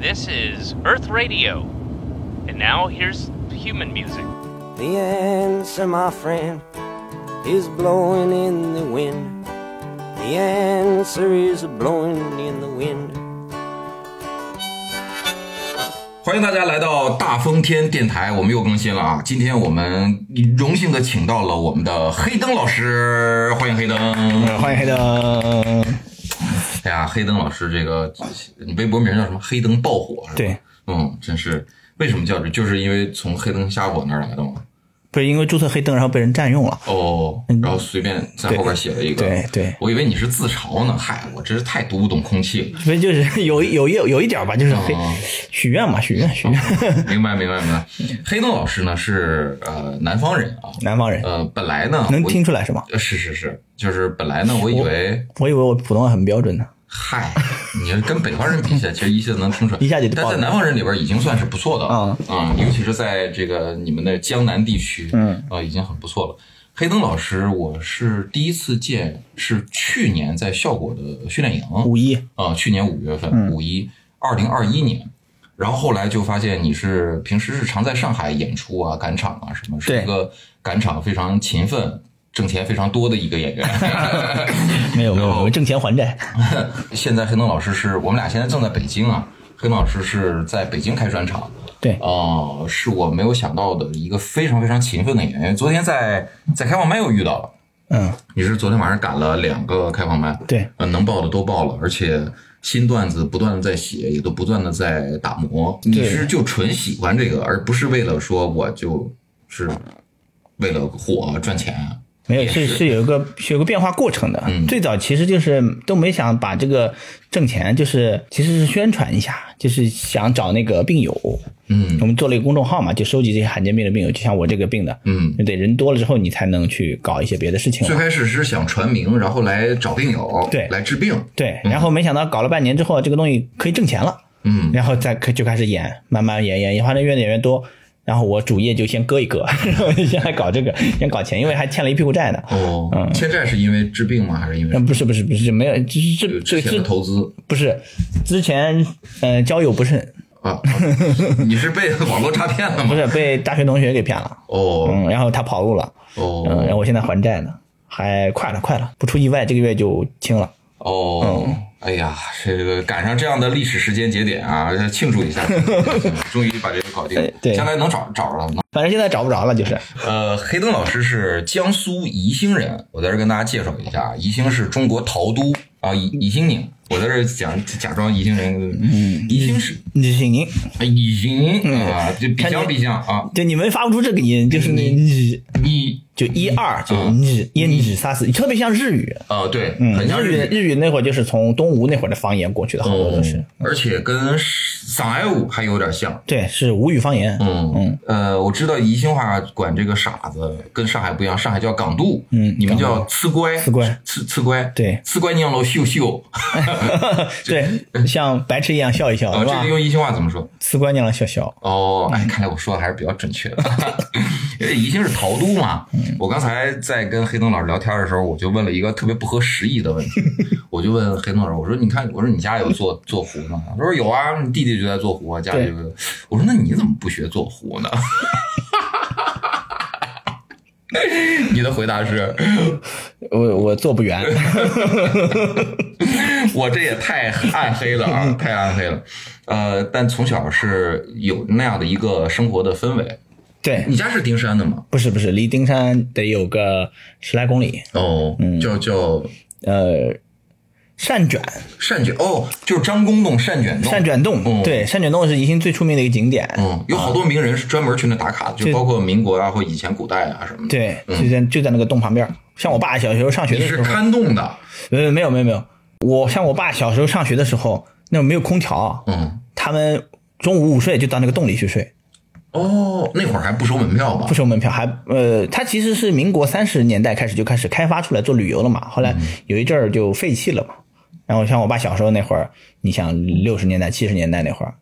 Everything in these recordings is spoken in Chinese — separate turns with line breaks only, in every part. This is Earth Radio. And now here's human music.
The answer, my friend, is blowing in the wind. The answer is blowing in the wind.
欢迎大家来到大风天电台，我们又更新了啊！今天我们荣幸的请到了我们的黑灯老师，呃欢迎黑灯！
欢迎黑灯。
哎呀，黑灯老师，这个你微博名叫什么？黑灯爆火是吧？
对，
嗯，真是为什么叫这？就是因为从黑灯瞎火那儿来的嘛。
不是因为注册黑灯，然后被人占用了。
哦，然后随便在后边写了一个，
对对
我以为你是自嘲呢，嗨，我真是太读不懂空气 了。
所以就是 有有一有一点吧，就是黑
哦
许愿嘛，许愿许愿。
明白明白明白。黑灯老师呢是呃南方人啊，
南方人
呃本来呢
能
我
听出来是吗？
呃，是是是，就是本来呢，我以为，
我以为我普通话很标准呢。
嗨，你要是跟北方人比起来，其实一下子能听出来，
一下就
但
爆
在
了
南方人里边已经算是不错的
嗯
嗯，尤其是在这个你们的江南地区，嗯，啊，已经很不错了。黑灯老师，我是第一次见，是去年在效果的训练营，
五一嗯
啊、去年五月份，五一二零二一年。然后后来就发现你是平时是常在上海演出啊、赶场啊什么，是
对
一个赶场非常勤奋、挣钱非常多的一个演员。
没有没 有，我挣钱还债。
现在黑灯老师是我们俩现在正在北京啊，黑灯老师是在北京开专场，
对，
哦、是我没有想到的一个非常非常勤奋的演员。昨天在在开放麦又遇到了，
嗯，
你是昨天晚上赶了两个开放麦，
对，
呃，能报的都报了，而且新段子不断的在写，也都不断的在打磨。你是就纯喜欢这个，而不是为了说我就是为了火赚钱。
没有
也
是是有一个是有个变化过程的。最早其实就是都没想把这个挣钱，就是其实是宣传一下，就是想找那个病友。
嗯
我们做了一个公众号嘛，就收集这些罕见病的病友，就像我这个病的，
嗯，
对，人多了之后你才能去搞一些别的事情嘛
最。开始是想传名，然后来找病友，
对
来治病，
对，然后没想到搞了半年之后，这个东西可以挣钱了，
嗯，
然后再可就开始演，慢慢演演，演反正越演越多。然后我主业就先搁一搁，然后先来搞这个，先搞钱，因为还欠了一屁股债呢。
哦，
嗯
欠债是因为治病吗？还是因为
那
什么
不是不是不是，没有，这这
之
这
前的
这
投资
不是之前呃交友不慎，
啊？ 你是被网络诈骗了
不
吗？
是被大学同学给骗了，
哦
嗯，然后他跑路了，嗯，然
哦
后我现在还债呢，还快了快了，不出意外这个月就清了。嗯
哦！哎呀，这个赶上这样的历史时间节点啊，庆祝一 下，终于把这个搞定
哎，对
将来能找找着了吗？
反正现在找不着了，就是
呃，黑灯老师是江苏宜兴人，我在这儿跟大家介绍一下，啊宜兴是中国陶都啊，宜宜兴宁，我在这儿讲假装宜兴人，
嗯
宜兴是
你是您，
宜兴
嗯
啊，就比较比较啊，
就你们发不出这个音，就是那你
宜
就一二就
嗯
日一日三四，特别像日语，
啊，对，
嗯，
很像
日
日嗯哦
语日语那会儿就是从东吴那会儿的方言过去的，好多都是，
而且跟上海舞还有点像。
对，是吴语方言，
嗯嗯，呃，我知道宜兴话管这个傻子跟上海不一样，上海叫港渡，
嗯
你们叫刺乖，
刺乖
刺刺乖，
对
刺乖娘老秀秀，
对，像白痴一样笑一笑，
啊，
是
这
吧
个？用宜兴话怎么说？
辞官娘了笑笑，
哦，哎，看来我说的还是比较准确的，因为宜兴是陶都嘛。我刚才在跟黑灯老师聊天的时候，我就问了一个特别不合时宜的问题，我就问黑灯老师，我说你看，我说你家有做做壶吗？他说有啊，你弟弟就在做壶啊，家里
对
就有。我说那你怎么不学做壶呢？ 你的回答是，
我我做不 圆，
我这也太暗黑了啊，太暗黑了。呃，但从小是有那样的一个生活的氛围。
对，
你家是丁山的吗？
不是不是，离丁山得有个十来公里，
哦，
嗯
叫叫
呃，善卷
善卷哦，就是张公洞善卷洞。
善，卷
哦
洞，对，善卷洞是宜兴最出名的一个景点，
嗯，有好多名人是专门去那打卡的，就
对
包括民国啊或以前古代啊什么的。，
对，就在就在那个洞旁边儿。像我爸小时候上学
你
的时
是
候，呃
看洞的，
没有没有没有没有，我像我爸小时候上学的时候，那种没有空调，
嗯，
他们中午午睡就到那个洞里去睡，
哦，那会儿还不收门票吧
不？收门票，还呃，它其实是民国三十年代开始就开始开发出来做旅游了嘛，后来有一阵儿就废弃了嘛。然后像我爸小时候那会儿，你想六十年代、七十年代那会儿，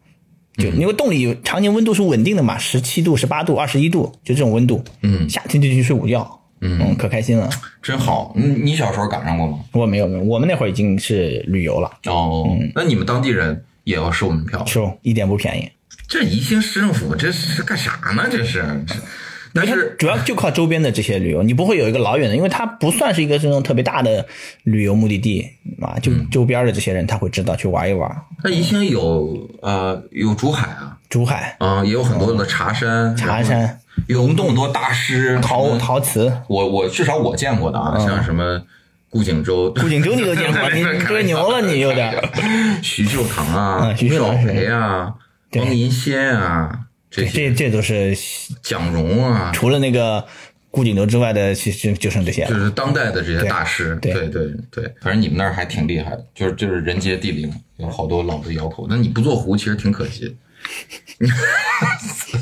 就因为洞里常年温度是稳定的嘛，十七度、十八度、二十一度，就这种温度。
嗯
夏天就去睡午觉，嗯，可开心了。
真好，你你小时候赶上过吗？
我没有没有，我们那会儿已经是旅游了。
哦，那你们当地人也要收门票，
嗯是一点不便宜。
这宜兴市政府这是干啥呢？这是，这但
它
是
主要就靠周边的这些旅游，你不会有一个老远的，因为它不算是一个这种特别大的旅游目的地啊，就周边的这些人他会知道去玩一玩。
那宜兴有呃有竹海啊，
珠海、
啊、有很多的茶山，
茶山、
有那么多大师，
陶
嗯
陶瓷、
我我至少我见过的啊，像什么顾景舟、
嗯顾景舟你 都见过，你你吹牛了，你有点。
徐秀堂啊、
嗯徐秀
邵
堂
培啊、
对
王银仙啊，这些
这这都是
蒋荣啊，
除了那个顾景舟之外的，其实就剩这些
就
了。
是当代的这些
对
大师，
对
对对对，反正你们那儿还挺厉害的，就是就是人杰地灵，有好多老的窑口。那你不做壶其实挺可 惜。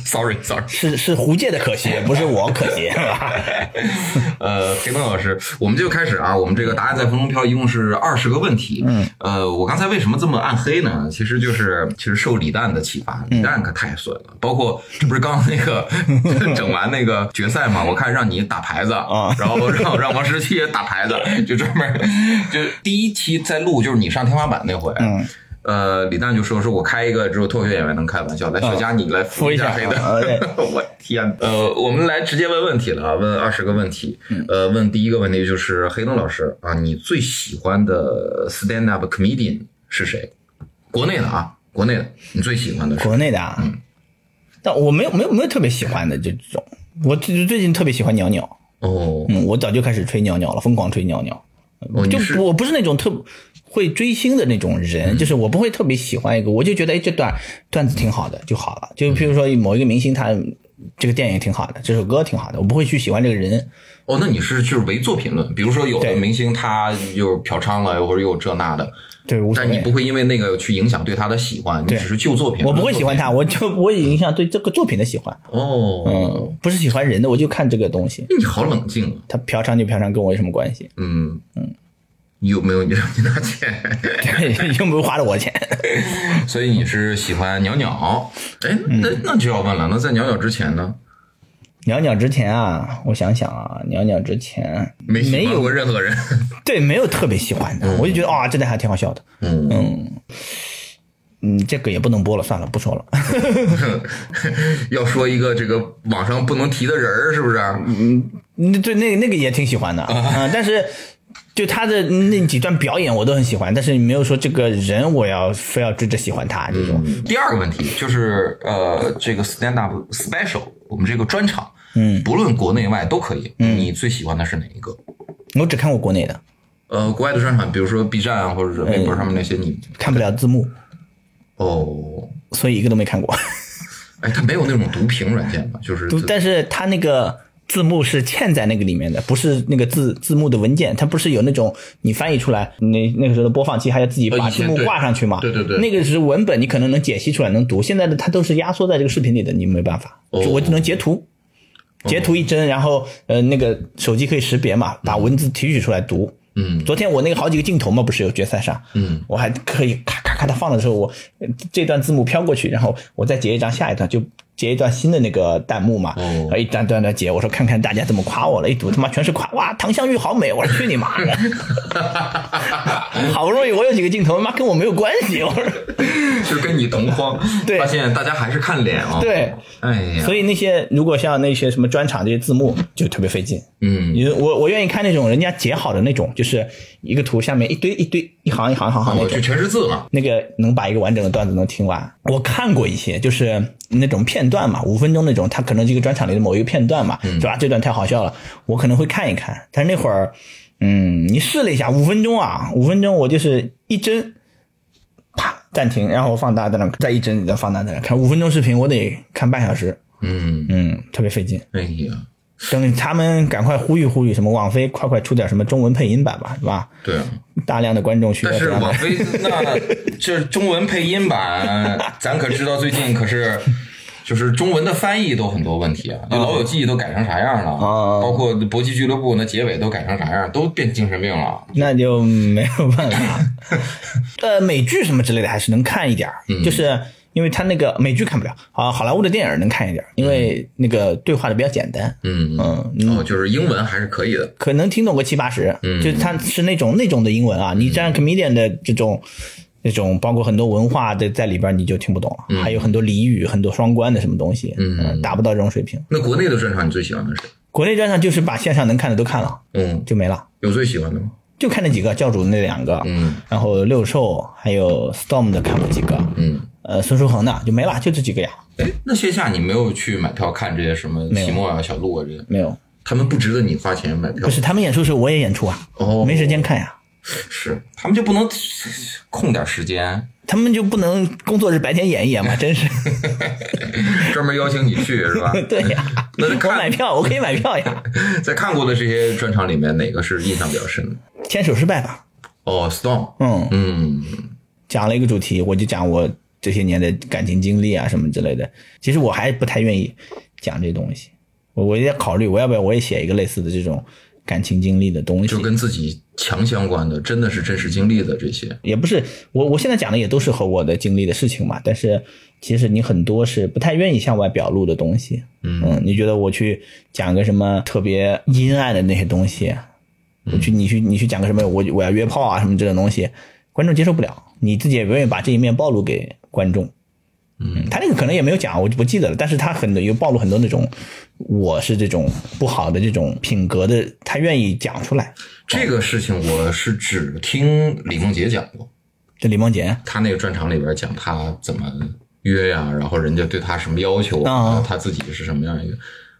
sorry sorry，
是是胡界的可惜，不是我可惜，是吧？
呃，黑灯老师，我们就开始啊，我们这个答案在风中飘一共是二十个问题。嗯，呃，我刚才为什么这么暗黑呢？其实就是其实受李诞的启发，李诞可太损了。包括这不是刚那个 整完那个决赛嘛，我看让你打牌子
啊
然后让让王十七也打牌子，就专门 就第一期在录就是你上天花板那回。
嗯。
呃，李诞就说：“说我开一个只有脱口秀演员能开的玩笑，来，
啊
小佳你来扶
扶一下
黑
啊对
的。 我天，呃，我们来直接问问题了啊，问二十个问题。
嗯
呃，问第一个问题就是黑灯老师啊，你最喜欢的 stand up comedian 是谁？国内的啊，国内的，你最喜欢的是？
国内的啊，但我没有没有没有特别喜欢的这种，我最最近特别喜欢鸟鸟，
哦，
嗯，我早就开始吹鸟鸟了，疯狂吹鸟鸟，
哦，你
就是我不是那种特会追星的那种
嗯
人，就是我不会特别喜欢一个，我就觉得哎这段段子挺好的就好了，就譬如说某一个明星他这个电影挺好的，这首歌挺好的，我不会去喜欢这个人，
哦，那你是就是唯作评论，比如说有的
对
明星他又嫖娼了，或者又这那的，
对，无所
但你
谓
不。会因为那个去影响对他的喜欢，你
对
只是就作品。
我不会喜欢他，我就不会影响对这个作品的喜欢。
哦，
嗯，不是喜欢人的，我就看这个东西。
那你好冷静啊。
他嫖娼就嫖娼，跟我有什么关系？
嗯，你有没有你让你拿钱？
又没有花了我钱。
所以你是喜欢鸟鸟？哎，那那就要问了，那在鸟鸟之前呢，
鸟鸟之前啊，我想想啊，鸟鸟之前
没喜
没
欢
有
过任何人。
对没有特别喜欢的，我就觉得啊、这个还挺好笑的。
嗯，
嗯，这个也不能播了，算了，不说了。
要说一个这个网上不能提的人儿，是不是？
那对那那个也挺喜欢的啊、但是就他的那几段表演我都很喜欢，但是没有说这个人我要非要追着喜欢他这种。
第二个问题就是呃，这个 stand up special，我们这个专场，嗯，不论国内外都可以。你最喜欢的是哪一个？
我只看过国内的，
呃，国外的专场，比如说 B 站啊，或者是微博上面那些，你
看不了字幕，
哦，
所以一个都没看过。
哎，它没有那种读屏软件吧？就是
都但是它那个字幕是嵌在那个里面的，不是那个字字幕的文件，它不是有那种你翻译出来，那那个时候的播放器还要自己
呃
把
以
字
前
幕
对
挂上去嘛？
对对对
那个是文本，你可能能解析出来能读，现在的它都是压缩在这个视频里的，你没办法，
哦
就我只能截图。截图一帧，然后呃，那个手机可以识别嘛，把文字提取出来读。
嗯
昨天我那个好几个镜头嘛，不是有决赛上，
嗯，
我还可以咔咔咔的放的时候，我呃这段字幕飘过去，然后我再截一张下一段，就截一段新的那个弹幕嘛，
哦
然后一段段的截，我说看看大家怎么夸我了，一读他妈全是夸，哇，唐香玉好美，我说去你妈 的，好不容易我有几个镜头，妈跟我没有关系，我说
就跟你同框，
对
发现大家还是看脸啊、哦。，
对，
哎呀，
所以那些如果像那些什么专场这些字幕就特别费劲，
嗯，
因为我我愿意看那种人家截好的那种，就是一个图下面一堆一堆一行一行一行一行
嗯
那
我
种
哦去。全是字了。
那个能把一个完整的段子能听完。我看过一些，就是那种片段嘛，五分钟那种，它可能这个专场里的某一个片段嘛，
嗯
是吧？这段太好笑了，我可能会看一看。但是那会儿，嗯，你试了一下，五分钟啊，五分钟我就是一帧，啪暂停，然后放大在那儿再一帧，再放大在那儿看。五分钟视频我得看半小时，
嗯，
嗯，特别费劲。
哎呀，
等他们赶快呼吁呼吁，什么网飞快快出点什么中文配音版吧，是吧？
对啊，
大量的观众需要
但是
这样的
网飞那这中文配音版，咱可知道最近可是。 就是中文的翻译都很多问题啊，那《老友记》都改成啥样了？
啊
包括《搏击俱乐部》那结尾都改成啥样，都变精神病了。
那就没有办法。 呃，美剧什么之类的还是能看一点儿，
嗯
就是因为它那个美剧看不了啊，好莱坞的电影能看一点儿，因为那个对话的比较简单，
嗯，
嗯，
哦，就是英文还是可以的。
可能听懂个七八十，
嗯
就它是那种那种的英文啊，你这样 comedian 的这种那种包括很多文化的在里边，你就听不懂了，
嗯
还有很多俚语、很多双关的什么东西，嗯，达不到这种水平。
那国内的专场你最喜欢的是谁？
国内专场就是把线上能看的都看了，
嗯，
就没了，
有最喜欢的吗？
就看那几个教主那两个，
嗯，
然后六兽还有 Storm 的看过几个，
嗯，
呃，孙书恒的就没了，就这几个呀，
哎，那线下你没有去买票看这些什么
没有
提莫啊、小鹿啊这些，
没有。
他们不值得你花钱买票
不。是他们演出时候我也演出啊，
哦
没时间看呀、
是，他们就不能空点时间，
他们就不能工作日白天演一 演吗？真是，
专门邀请你去是吧？
对呀、
那得
我买
看
票，我可以买票呀。
在看过的这些专场里面，哪个是印象比较深的？
牵手失败吧，
哦，Storm，
嗯，
嗯，
讲了一个主题，我就讲我这些年的感情经历啊什么之类的。其实我还不太愿意讲这东西，我我也在考虑我要不要我也写一个类似的这种感情经历的东西
就。跟自己强相关的，真的是真实经历的这些。
也不是我，我现在讲的也都是和我的经历的事情嘛。但是其实你很多是不太愿意向外表露的东西，嗯你觉得我去讲个什么特别阴暗的那些东西，我去你去你去讲个什么我我要约炮啊什么这种东西，观众接受不了，你自己也不愿意把这一面暴露给观众。嗯，他那个可能也没有讲，我就不记得了。但是他很多有暴露很多那种，我是这种不好的这种品格的，他愿意讲出来。
这个事情我是只听李梦洁讲过，
这李梦洁，
她那个专场里边讲她怎么约呀、然后人家对她什么要求
啊
她自己是什么样一个。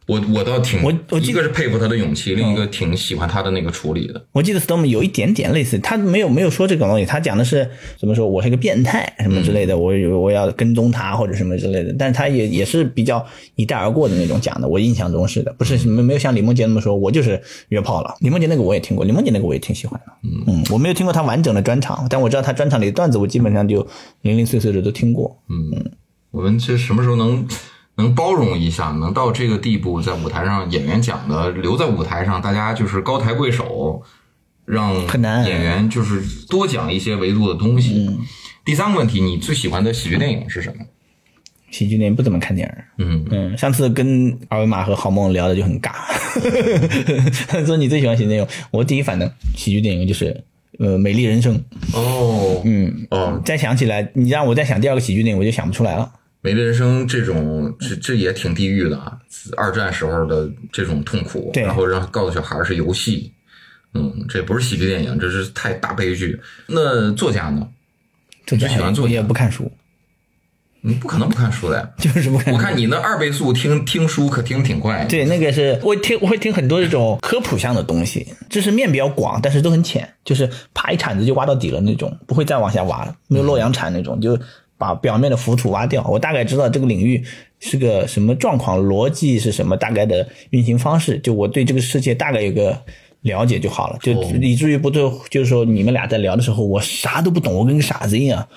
我我倒挺，
我我记
一个是佩服她的勇气，另一个挺喜欢她的那个处理的。
我记得 Storm 有一点点类似，他没有没有说这种东西，他讲的是怎么说，我是个变态什么之类的，我有我要跟踪他或者什么之类的，但是他也也是比较一带而过的那种讲的，我印象中是的，不是没没有像李梦洁那么说，我就是约炮了。李梦洁那个我也听过，李梦洁那个我也挺喜欢的，嗯，我没有听过他完整的专场，但我知道他专场里的段子，我基本上就零零碎碎的都听过。
我们这什么时候能能包容一下，能到这个地步，在舞台上演员讲的留在舞台上，大家就是高抬贵手，让
很难嗯
演员就是多讲一些维度的东西。第三个问题，你最喜欢的喜剧电影是什么？
喜剧电影不怎么看电影，
嗯
嗯，上次跟二维码和郝梦聊的就很尬， 他说你最喜欢喜剧电影，我第一反应喜剧电影就是呃《美丽人生》，
哦，嗯，哦，
再想起来你让我再想第二个喜剧电影，我就想不出来了。
美丽人生这种，这这也挺地狱的啊！二战时候的这种痛苦，
对
然后让告诉小孩是游戏，嗯，这不是喜剧电影，这是太大悲剧。那作家呢？
就
就喜欢作家
也不看书，
你不可能不看书的呀。
就是不看
我
书。
看你那二倍速听听书可听挺快，，
对，那个是我听我会听很多这种科普向的东西，就是面比较广，但是都很浅，就是爬一铲子就挖到底了那种，不会再往下挖了，没有洛阳铲那种，就把表面的浮土挖掉。我大概知道这个领域是个什么状况，逻辑是什么，大概的运行方式，就我对这个世界大概有个。了解就好了，就以至于不对，就是说你们俩在聊的时候，我啥都不懂，我跟个傻子一样。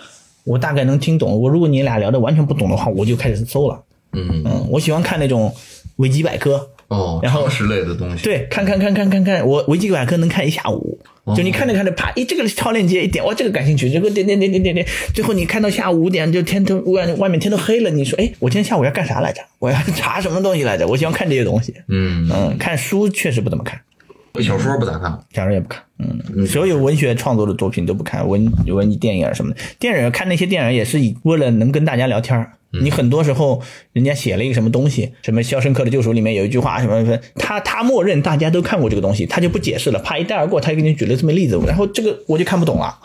我大概能听懂，我如果你俩聊的完全不懂的话，我就开始搜了。
嗯，
嗯，我喜欢看那种维基百科，
哦，
然后
常识类的东西，，
对，看看看看看看，我维基百科能看一下午。就你看着看着，啪，一这个超链接一点，哇，这个感兴趣，这个点点点点点点，最后你看到下午五点，就天都外外面天都黑了，你说，哎，我今天下午要干啥来着？我要查什么东西来着？我喜欢看这些东西。
嗯，
嗯，看书确实不怎么看，
小说不咋看，
小说也不看。嗯，所有文学创作的作品都不看，文文艺电影啊什么的，电影看那些电影也是以为了能跟大家聊天儿。你很多时候，人家写了一个什么东西，什么《肖申克的救赎》里面有一句话，什么什么，他他默认大家都看过这个东西，他就不解释了，怕一带而过，他就给你举了这么例子，然后这个我就看不懂了。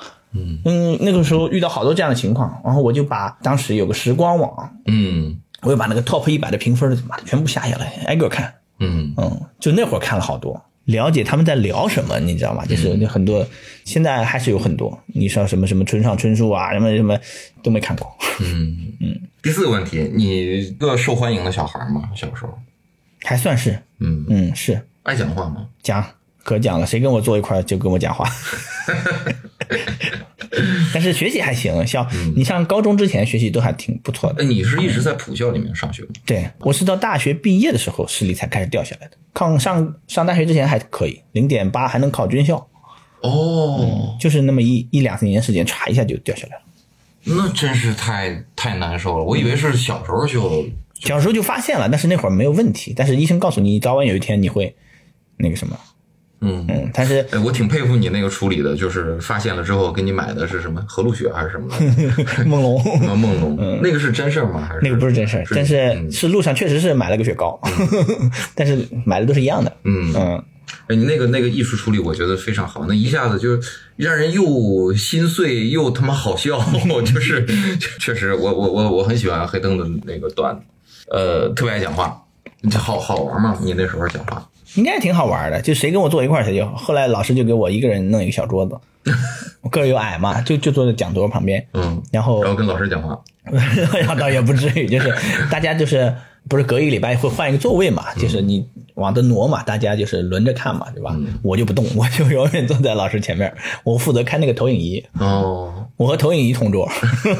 嗯那个时候遇到好多这样的情况，然后我就把当时有个时光网，
嗯
我就把那个 top 一百的评分妈的全部下下来，挨个看。
嗯，
嗯，就那会儿看了好多，了解他们在聊什么，你知道吗？就是有很多，现在还是有很多，你说什么什么村上春树啊，什么什么都没看过。
嗯
嗯
第四个问题，你一个受欢迎的小孩吗？小时候，
还算是，
嗯，
嗯，是
爱讲话吗？
讲可讲了，谁跟我坐一块儿就跟我讲话。但是学习还行，像你上高中之前学习都还挺不错的
哎，。你是一直在普校里面上学吗？
对我是到大学毕业的时候视力才开始掉下来的，抗上上大学之前还可以，零点八还能考军校，
哦，
就是那么一一两三年时间，歘一下就掉下来了。
那真是太太难受了，我以为是小时候就，
小时候就发现了，但是那会儿没有问题。但是医生告诉你，早晚有一天你会那个什么，
嗯，
嗯，但是
哎，我挺佩服你那个处理的，就是发现了之后给你买的是什么和路雪还是什 么来着
梦龙
什么 梦龙，那个是真事儿吗？还是
嗯那个不是真事儿，但是
嗯
是路上确实是买了个雪糕， 但是买的都是一样的。
嗯
嗯，
哎，你那个那个艺术处理，我觉得非常好，那一下子就让人又心碎又他妈好笑，就是确确实，我我我我很喜欢黑灯的那个段子，呃，特别爱讲话，好好玩吗？你那时候讲话，
应该挺好玩的，就谁跟我坐一块儿谁就好。后来老师就给我一个人弄一个小桌子，我个儿又矮嘛，就就坐在讲桌旁边，
嗯，
然后
然后跟老师讲话，
然后倒也不至于，就是大家就是不是隔一个礼拜会换一个座位嘛，就是你往这挪嘛，大家就是轮着看嘛，对吧？我就不动，我就永远坐在老师前面，我负责看那个投影仪，
哦，
我和投影仪同桌，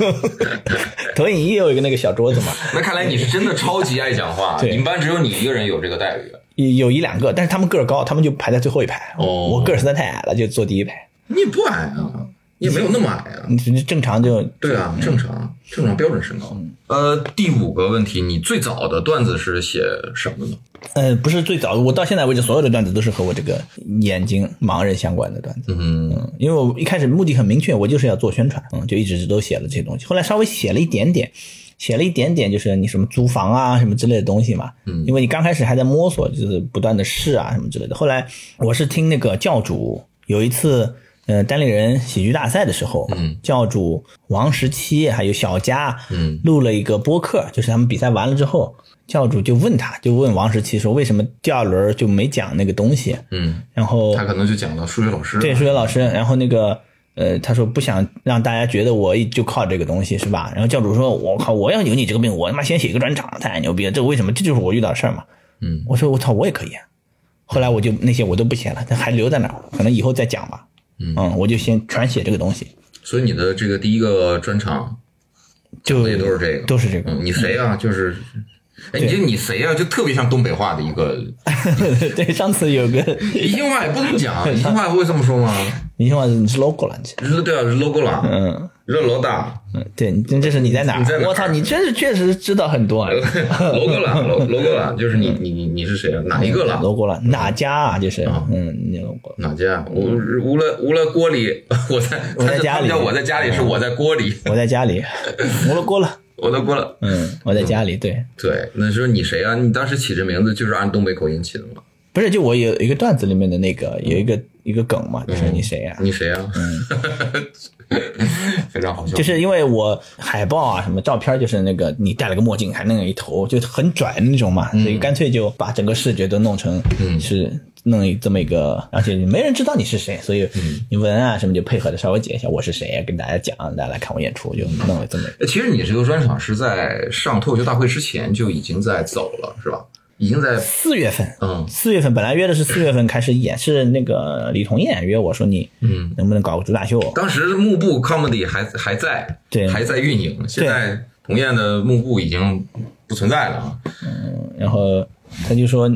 投影仪也有一个那个小桌子嘛，
那看来你是真的超级爱讲话，
对
你们班只有你一个人有这个待遇，
有一两个，但是他们个儿高，他们就排在最后一排，
哦
我个儿实在太矮了，就坐第一排，
你也不矮啊，你也没有那么矮啊，
你你正常就
对啊，正常正常标准身高。呃，第五个问题，你最早的段子是写什么呢？
呃，不是最早，我到现在为止所有的段子都是和我这个眼睛盲人相关的段子。
嗯
嗯，因为我一开始目的很明确，我就是要做宣传，嗯，就一直都写了这些东西。后来稍微写了一点点，写了一点点，就是你什么租房啊什么之类的东西嘛。嗯，因为你刚开始还在摸索，就是不断的试啊什么之类的。后来我是听那个教主有一次。呃，单立人喜剧大赛的时候，
嗯，
教主王十七还有小佳，
嗯
录了一个播客，就是他们比赛完了之后，教主就问他，就问王十七说为什么第二轮就没讲那个东西，
嗯，
然后
他可能就讲了数学老师。
对，数学老师，然后那个呃，他说不想让大家觉得我一就靠这个东西是吧？然后教主说，我靠，我要有你这个病，我他妈先写一个专场，太牛逼了，这为什么？这就是我遇到的事儿嘛。
嗯，
我说我操，我也可以、啊。后来我就那些我都不写了，但还留在那儿，可能以后再讲吧。嗯，我就先全写这个东西，
所以你的这个第一个专场
就
也都是这个，
都是这个。
嗯，你谁啊？就是，哎，你这你谁啊？就特别像东北话的一 个，
对，上次有个
宜兴话也不能讲，宜兴话会这么说吗？
你说你是 local 了，你
对啊，是 logo 啦，
嗯
热罗大
嗯，对，你这这是你在哪
你在哪
儿？
儿
我操，你真是确实知道很多啊。
，logo 啦，logo 啦，就是你你你你是谁啊？ 哪一个啦？
楼过了，哪家啊？就是，嗯，你楼过了。
哪家？啊我无了无了锅里，我在
我在家里
他们
嗯
叫我在家里是我在锅里，
我在家里，我楼过了。
我在锅了。
嗯，我在家里。对，
对，那说你谁啊？你当时起这名字就是按东北口音起的吗？
不是，就我有一个段子里面的那个有一个一个梗嘛，就是你谁啊？
你谁啊？ 非常好笑。哎
就是因为我海报啊什么照片，就是那个你戴了个墨镜，还弄了一头，就很拽的那种嘛，所以干脆就把整个视觉都弄成是弄一这么一个，而且没人知道你是谁，所以你文案啊什么就配合的稍微解一下我是谁，跟大家讲，大家来看我演出，就弄了这么一个。
哎其实你这个专场是在上脱口秀大会之前就已经在走了，是吧？已经在
四月份，
嗯
四月份本来约的是四月份开始演，是那个李彤燕约我说你，嗯，能不能搞个主打秀？
当时幕布 comedy 还还在，
对
还在运营。现在同燕的幕布已经不存在了啊。
然后他就说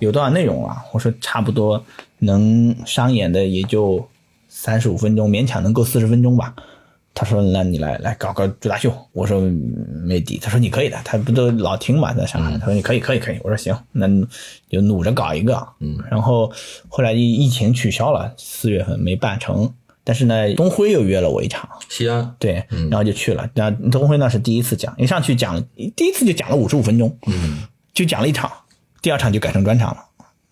有多少内容啊？我说差不多能商演的也就三十五分钟，勉强能够四十分钟吧。他说：“那你来来搞个主打秀。”我说：“嗯没底。”他说：“你可以的。”他不都老听嘛，在上海。他说：“你可以，可以，可以。”我说：“行，那就努着搞一个。”嗯。然后后来疫疫情取消了，四月份没办成。但是呢，东辉又约了我一场，
西安，
对，然后就去了。那东辉那是第一次讲，一上去讲了，第一次就讲了五十五分钟，嗯，就讲了一场，第二场就改成专场了，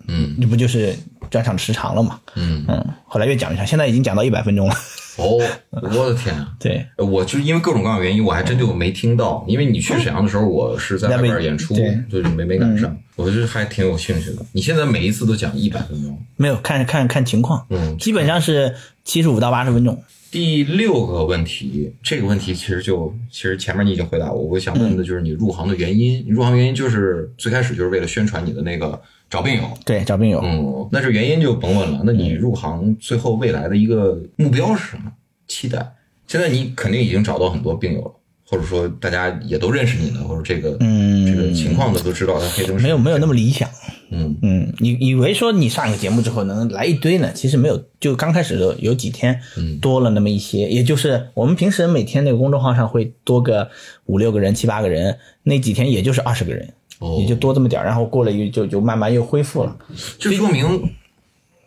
嗯
这不就是专场时长了嘛？
嗯，
嗯，后来又讲一场，现在已经讲到一百 分钟了。
哦，我的天啊！
对，
我就是因为各种各样的原因，我还真就没听到。因为你去沈阳的时候，我是在外边演出
在北，
就是没没赶
嗯
上。我觉得还挺有兴趣的。你现在每一次都讲一百分钟。
没有看看看情况，
嗯
基本上是七十五到八十分钟。
第六个问题，这个问题其实就其实前面你已经回答我，我想
嗯
问的就是你入行的原因。你入行原因就是最开始就是为了宣传你的那个找病友。
对，找病友，
嗯，那是原因就甭问了。那你入行最后未来的一个目标是什么？期待？现在你肯定已经找到很多病友了，或者说大家也都认识你了，或者这个、
嗯
这个情况的都知道他黑灯
没有没有那么理想。
嗯
嗯，你以为说你上一个节目之后能来一堆呢？其实没有，就刚开始的时候有几天多了那么一些，也就是我们平时每天那个公众号上会多个五六个人、七八个人，那几天也就是二十个人，
哦
也就多这么点儿然后过了一就就慢慢又恢复了。
就说明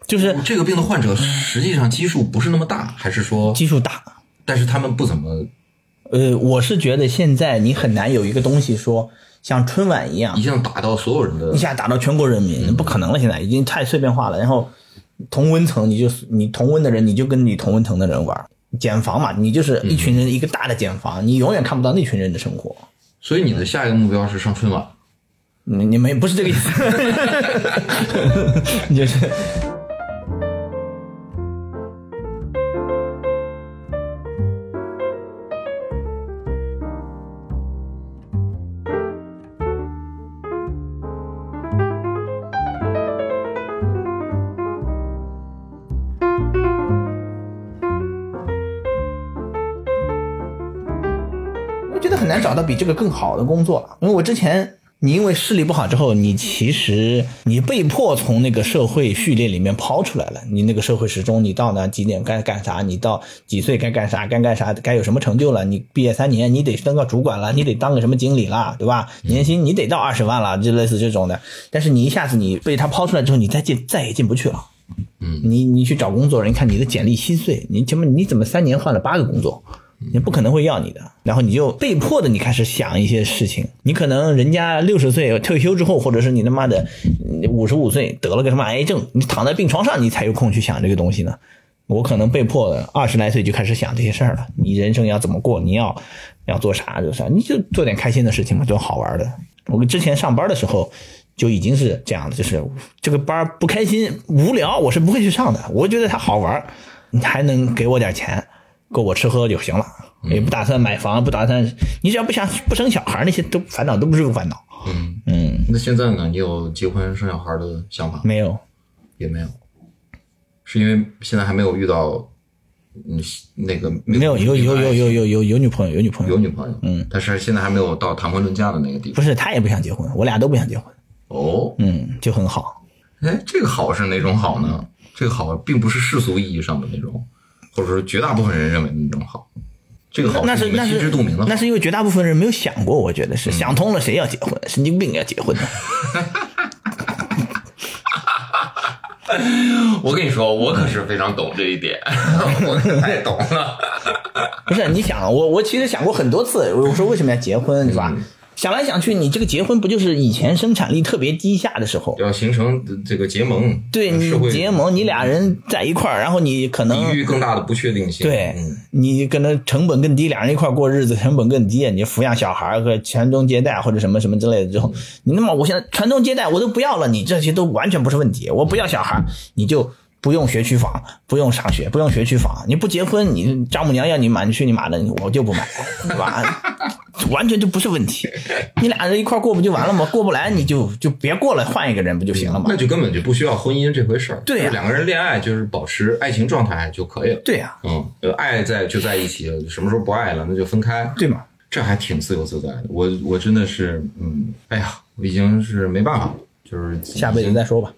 就是
这个病的患者实际上基数不是那么大，还是说，
基数大。
但是他们不怎么
呃，我是觉得现在你很难有一个东西说像春晚一样
一下打到所有人的
一下打到全国人民，不可能了，现在已经太碎片化了。然后同温层，你就是你同温的人，你就跟你同温层的人玩减房嘛，你就是一群人一个大的减房，你永远看不到那群人的生活。
所以你的下一个目标是上春晚。
你你没不是这个意思，你 就是我觉得很难找到比这个更好的工作了，因为我之前。你因为视力不好之后，你其实你被迫从那个社会序列里面抛出来了。你那个社会时钟，你到哪几点该干啥，你到几岁该干啥，该干啥，该有什么成就了。你毕业三年，你得升个主管了，你得当个什么经理啦，对吧？年薪你得到二十万了，就类似这种的。但是你一下子你被他抛出来之后，你再进再也进不去了。
嗯
你你去找工作，人家看你的简历稀碎，你怎么你怎么三年换了八个工作？人不可能会要你的，然后你就被迫的，你开始想一些事情。你可能人家六十岁退休之后，或者是你他妈的五十五岁得了个什么癌症，你躺在病床上，你才有空去想这个东西呢。我可能被迫的二十来岁就开始想这些事儿了。你人生要怎么过？你要要做啥做啥？你就做点开心的事情嘛，做好玩的。我之前上班的时候就已经是这样的，就是这个班儿不开心无聊，我是不会去上的。我觉得它好玩儿，你还能给我点钱，够我吃喝就行了。也不打算买房，不打算，你只要不想不生小孩儿，那些都烦恼都不是个烦恼。
嗯，
嗯，
那现在呢？你有结婚生小孩的想法吗？
没有，
也没有，是因为现在还没有遇到嗯那个
没有，有有有有有有有女朋友，有女朋
有
友，
女朋友，嗯，但是现在还没有到谈婚论嫁的那个地步
不。是他也不想结婚，我俩都不想结婚，
哦，
嗯，就很好。
哎，这个好是哪种好呢？这个好并不是世俗意义上的那种，或者说绝大部分人认为的那种好。这个好
那是
你们
那
心
是
知肚明的好嗯
那是因为绝大部分人没有想过，我觉得是、想通了，谁要结婚？神经病要 结婚的，
我跟你说，我可是非常懂这一 点，我可太懂了。
不是？你想，啊我我其实想过很多次，我我说为什么要结婚，对吧？
嗯
想来想去，你这个结婚不就是以前生产力特别低下的时候？
要形成这个结盟，呃
对你
社会
结盟，你俩人在一块儿，然后你可能
抵御更大的不确定性。
对
嗯，
你可能成本更低，俩人一块儿过日子成本更低，你抚养小孩儿和传宗接代或者什么什么之类的之后，
嗯
你那么我现在传宗接代我都不要了，你这些都完全不是问题，我不要小孩儿，你就。不用学区房，不用上学，不用学区房。你不结婚，你丈母娘要你买，你去你妈的，我就不买， 对吧？完全就不是问题。你俩人一块儿过不就完了吗？过不来你就就别过了，换一个人不就行了吗
那？就根本就不需要婚姻这回事儿。
对呀
就是两个人恋爱就是保持爱情状态就可以了。
对呀、
嗯，呃爱在就在一起，什么时候不爱了那就分开。
对嘛？
这还挺自由自在的。我我真的是，嗯，哎呀，我已经是没办法了，就是
下辈子再说吧。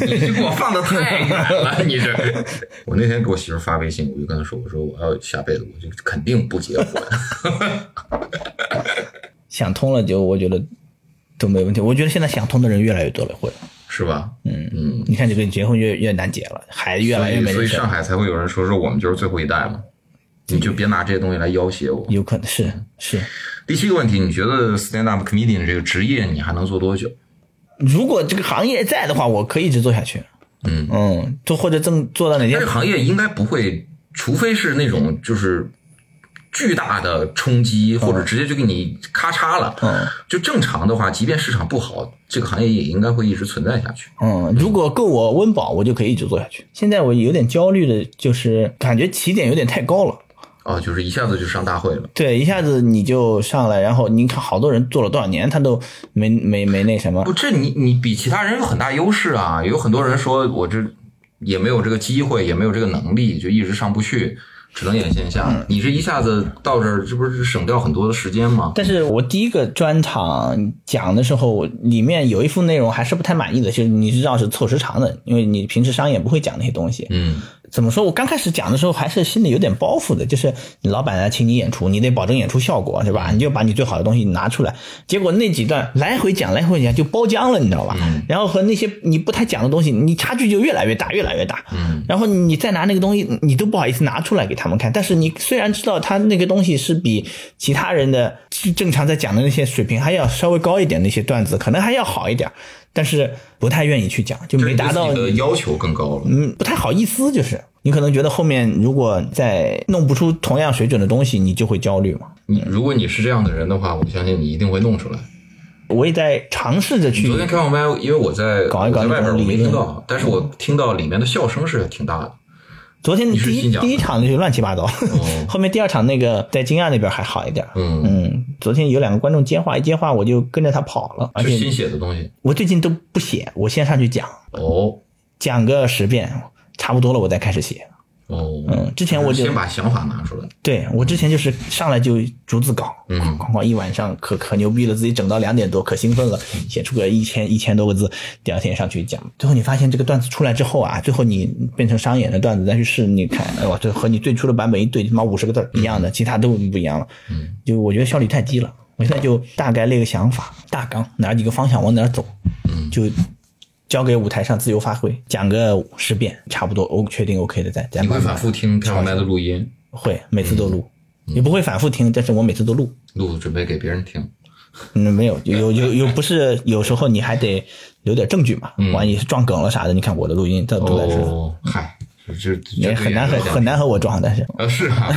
你这给 我放的太远了，你这。 我那天给我媳妇发微信，我就跟她说，我说我要下辈子我就肯定不结婚。
想通了就我觉得都没问题。我觉得现在想通的人越来越多了，会。
是吧？嗯嗯，
你看这个结婚越越难结了，还越来越没
所
人
以
生
上，海才会有人说说我们就是最后一代嘛，你就别拿这些东西来要挟我。
有可能是是。
第七个问题，你觉得 stand up comedian 这个职业你还能做多久？
如果这个行业在的话，我可以一直做下去。
嗯
嗯，做或者正做到哪
但
天
这行业应该不会，除非是那种就是巨大的冲击，或者直接就给你咔嚓了。
嗯，
就正常的话，即便市场不好，这个行业也应该会一直存在下去。
嗯，如果够我温饱，我就可以一直做下去。现在我有点焦虑的，就是感觉起点有点太高了。
哦，就是一下子就上大会了。
对，一下子你就上来，然后你看好多人做了多少年，他都没没没那什么
不，。这你你比其他人有很大优势啊！有很多人说我这也没有这个机会，也没有这个能力，就一直上不去，只能演线下。你这一下子到这儿，这不是省掉很多的时间吗？
但是我第一个专场讲的时候，我里面有一副内容还是不太满意的，就是你知道是凑时长的，因为你平时商演不会讲那些东西。
嗯，
怎么说？我刚开始讲的时候还是心里有点包袱的，就是你老板来啊请你演出，你得保证演出效果，对吧？你就把你最好的东西拿出来。结果那几段来回讲，来回讲就包浆了，你知道吧？
嗯
然后和那些你不太讲的东西，你差距就越来越大，越来越大。嗯，然后你再拿那个东西，你都不好意思拿出来给他们看。但是你虽然知道他那个东西是比其他人的正常在讲的那些水平还要稍微高一点，那些段子可能还要好一点，但是不太愿意去讲，就没达到
就是对自己的要求更高了。
嗯，不太好意思，就是你可能觉得后面如果再弄不出同样水准的东西，你就会焦虑嘛。
你如果你是这样的人的话，我相信你一定会弄出来。
我也在尝试着去
昨，天开放麦，因为我在
搞一搞
我在外边
那
我
种
没
理
听
论
到，但是我听到里面的笑声是挺大的。
昨天
你是
第一
新疆的哦
第一场就乱七八糟， 后面第二场那个在金亚那边还好一点。
嗯，
嗯，昨天有两个观众接话，一接话我就跟着他跑了，而
是新
且
写的东西。
我最近都不写，我先上去讲，
哦
讲个十遍，差不多了我再开始写。
哦，
嗯之前我就
先把想法拿出来。
对我之前就是上来就逐字稿，
嗯
哐哐哐一晚上可可牛逼了，自己整到两点多，可兴奋了，写出个一千一千多个字，第二天上去讲，最后你发现这个段子出来之后啊，最后你变成商演的段子再去试，你看，哎呦，这和你最初的版本一对，他妈五十个字儿一样的，其他都不一样了，就我觉得效率太低了，我现在就大概列个想法，大纲哪几个方向往哪儿走，就。交给舞台上自由发挥，讲个十遍差不多，我确定 OK 的再再
你会
慢慢
反复听开放麦的录音，
会，每次都录。
嗯
你不会反复听，但是我每次都录。
录准备给别人听。
嗯，没有，有有有，不是有时候你还得留点证据嘛，万一是撞梗了啥的，你看我的录音这都在说，
嗯哦，嗨，这这
也很难很很难。和我撞，但是
呃，是啊，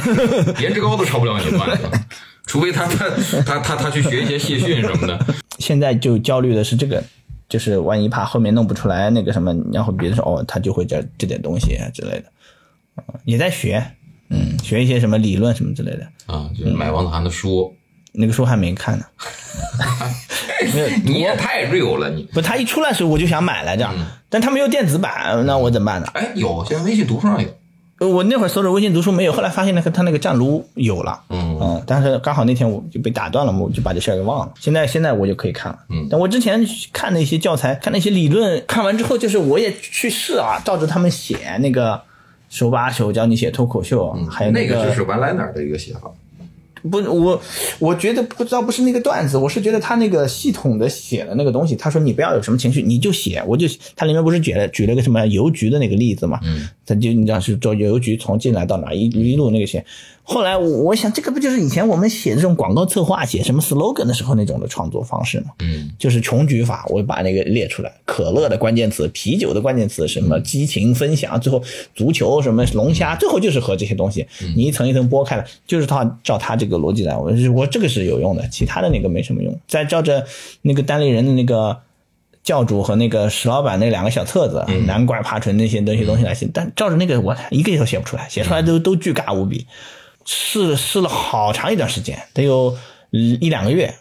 颜值高都超不了你的段子， 除非他他他他他去学一些谢逊什么的。
现在就焦虑的是这个，就是万一怕后面弄不出来那个什么，然后别人说哦，他就会这这点东西啊之类的，嗯也在学，嗯，学一些什么理论什么之类的。
啊，就是买王子涵的书，
那个书还没看呢，没有，
你也太 real 了，你
不，他一出来时候我就想买来
嗯
着，但他没有电子版，那我怎么办呢？
哎有，现在微信读书上有，
呃我那会儿搜着微信读书没有，后来发现那个他那个站炉有了，呃
嗯
但是刚好那天我就被打断了嘛，我就把这事儿给忘了。现在现在我就可以看了，
嗯
但我之前看那些教材，看那些理论，看完之后就是我也去试啊，照着他们写那个手把手教你写脱口秀，还有
那
个
就是 one liner 的一个写法。
不，我我觉得不知道不是那个段子，我是觉得他那个系统的写的那个东西，他说你不要有什么情绪，你就写，我就他里面不是举了举了个什么邮局的那个例子嘛，嗯，他就你知道是做邮局从进来到哪一一路那个写，后来我我想这个不就是以前我们写这种广告策划写什么 slogan 的时候那种的创作方式吗？
嗯，
就是穷举法，我把那个列出来，可乐的关键词、啤酒的关键词，什么激情分享，最后足球什么龙虾，最后就是和这些东西，你一层一层剥开了，就是他照他这个逻辑来，我是我这个是有用的，其他的那个没什么用。再照着那个单立人的那个教主和那个石老板那两个小册子，南瓜爬纯那些那些东西来写，但照着那个我一个也写不出来，写出来都都巨尬无比。试试了好长一段时间，得有一一两个月。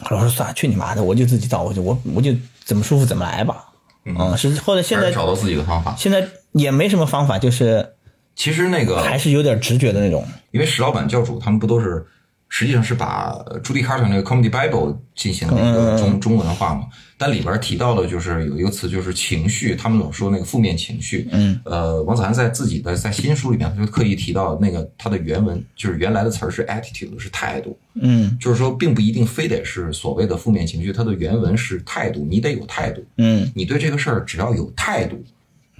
后来我说算了，去你妈的，我就自己造，我就我我就怎么舒服怎么来吧。嗯，是后来现
还
在
是找到自己的方法。
现在也没什么方法，就是
其实那个
还是有点直觉的那种。
因为石老板、教主他们不都是实际上是把朱迪卡尔那个 Comedy Bible 进行了一
嗯
个中中文化嘛？但里边提到的就是有一个词就是情绪，他们老说那个负面情绪。嗯，呃，王子涵在自己的在新书里面，他就刻意提到那个他的原文就是原来的词儿是 attitude 是态度，
嗯
就是说并不一定非得是所谓的负面情绪，它的原文是态度，你得有态度，
嗯，
你对这个事儿只要有态度，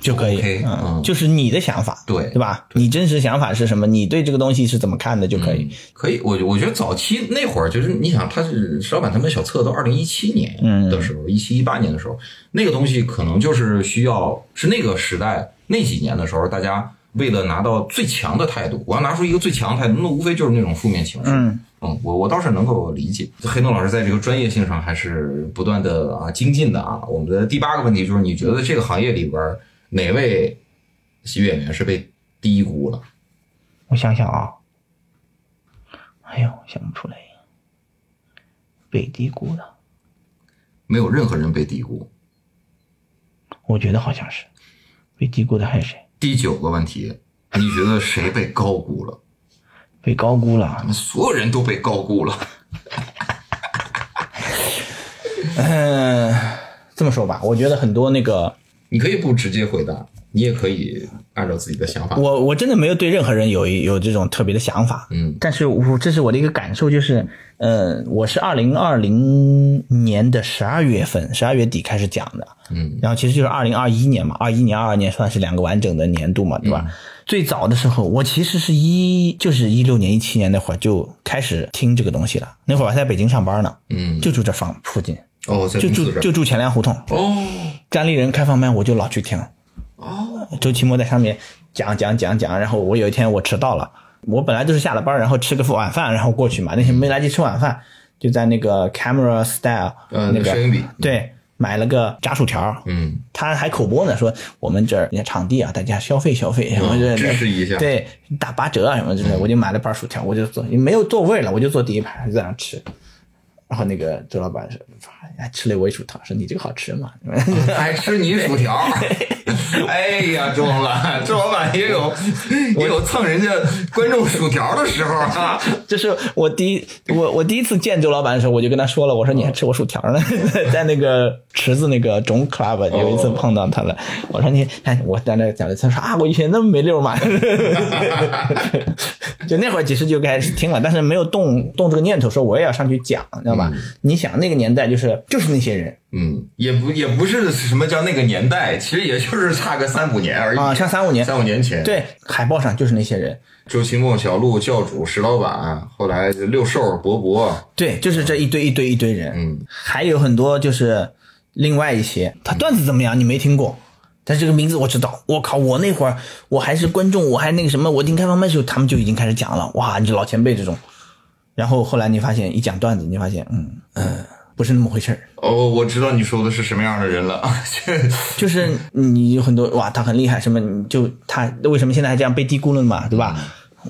就可以
OK，
嗯，
嗯
就是你的想法，
对嗯
对吧？你真实想法是什么？你对这个东西是怎么看的就可以。
可以，我我觉得早期那会儿就是你想，他是石老板他们小册都二零一七年的时候，一七一八年的时候，那个东西可能就是需要是那个时代那几年的时候，大家为了拿到最强的态度，我要拿出一个最强的态度，那无非就是那种负面情绪。嗯我我倒是能够理解，黑洞老师在这个专业性上还是不断的啊精进的啊。我们的第八个问题就是，你觉得这个行业里边儿哪位喜剧演员是被低估了？
我想想啊，哎呦，想不出来，被低估了，
没有任何人被低估。
我觉得好像是被低估的还有谁？
第九个问题，你觉得谁被高估了？
被高估了啊
我，们所有人都被高估了。
嗯、这么说吧，我觉得很多那个
你可以不直接回答，你也可以按照自己的想法。
我我真的没有对任何人有一有这种特别的想法，
嗯，
但是我这是我的一个感受，就是，呃，我是二零二零年的十二月份，十二月底开始讲的，
嗯，
然后其实就是二零二一年嘛，二一年、二二年算是两个完整的年度嘛，
嗯
对吧？最早的时候，我其实是一就是一六年、一七年那会儿就开始听这个东西了，那会儿我还在北京上班呢，
嗯
就住这房附近，
哦，在
就
公
住
司这儿
就住前粮胡同，
哦
张立人开放麦，我就老去听。哦，周奇墨在上面讲讲讲讲，然后我有一天我迟到了，我本来就是下了班，然后吃个晚饭，然后过去嘛，那天没来及吃晚饭，就在那个 Camera Style，、
呃那
那个
个摄影笔
对，买了个炸薯条，
嗯，
他还口播呢，说我们这儿人家场地啊，大家消费消费，然后就
嗯支持一下
对，打八折啊什么之类的，我就买了半薯条，我就坐，没有座位了，我就坐第一排，就在那吃。然后那个周老板说：“哎，吃了我一薯条，说你这个好吃 吗？”
还吃你薯条。 哎呀，周老板，周老板也有也有蹭人家观众薯条的时候啊。
这是我第一我我第一次见周老板的时候，我就跟他说了，我说你还吃我薯条呢， 在那个池子那个种 club 有一次碰到他了，我说你哎，我在那讲的，他说啊，我以前那么没溜嘛， 就那会儿其实就开始听了，但是没有动动这个念头，说我也要上去讲，知道吧？你想那个年代就是就是那些人
嗯，也不也不是什么叫那个年代，其实也就是差个三五年而已
啊，像三五年，
三五年前，，
对，海报上就是那些人，
周奇墨、小鹿、教主、石老板，后来六兽、博博，
对，就是这一堆一堆一堆人，
嗯，
还有很多就是另外一些，他段子怎么样你没听过，但是这个名字我知道。我靠，我那会儿我还是观众，我还那个什么，我听开放麦的时候他们就已经开始讲了，哇，你这老前辈这种。然后后来你发现一讲段子，你发现嗯呃不是那么回事儿，
哦，我知道你说的是什么样的人了，
就是你有很多哇他很厉害什么，你就他为什么现在还这样被低估了嘛，对吧？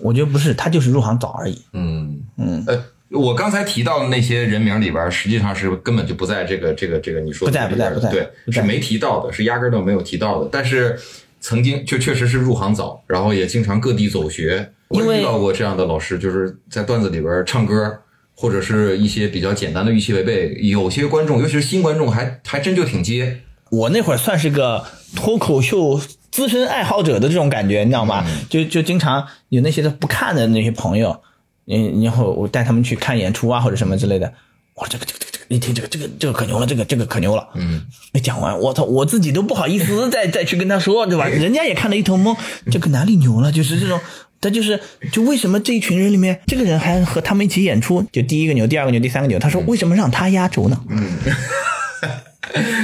我觉得不是，他就是入行早而已。
嗯嗯，呃，我刚才提到的那些人名里边，实际上是根本就不在这个这个这个你说的
不在
这个里边的
不在不在不
对，
在
是没提到的，是压根儿都没有提到的。但是曾经就确实是入行早，然后也经常各地走学，我
因为
遇到过这样的老师，就是在段子里边唱歌。或者是一些比较简单的预期违背，有些观众，尤其是新观众还，还真就挺接。
我那会儿算是个脱口秀资深爱好者的这种感觉，你知道吗？就就经常有那些不看的那些朋友，嗯，然后我带他们去看演出啊或者什么之类的。我说这个这个这个，一听这个这个这个可牛了，这个这个可牛了。嗯，没讲完，我操，我自己都不好意思再再去跟他说，对吧？人家也看得一头懵，这个哪里牛了？就是这种。他就是，就为什么这一群人里面，这个人还和他们一起演出，就第一个牛，第二个牛，第三个牛。他说为什么让他压轴呢？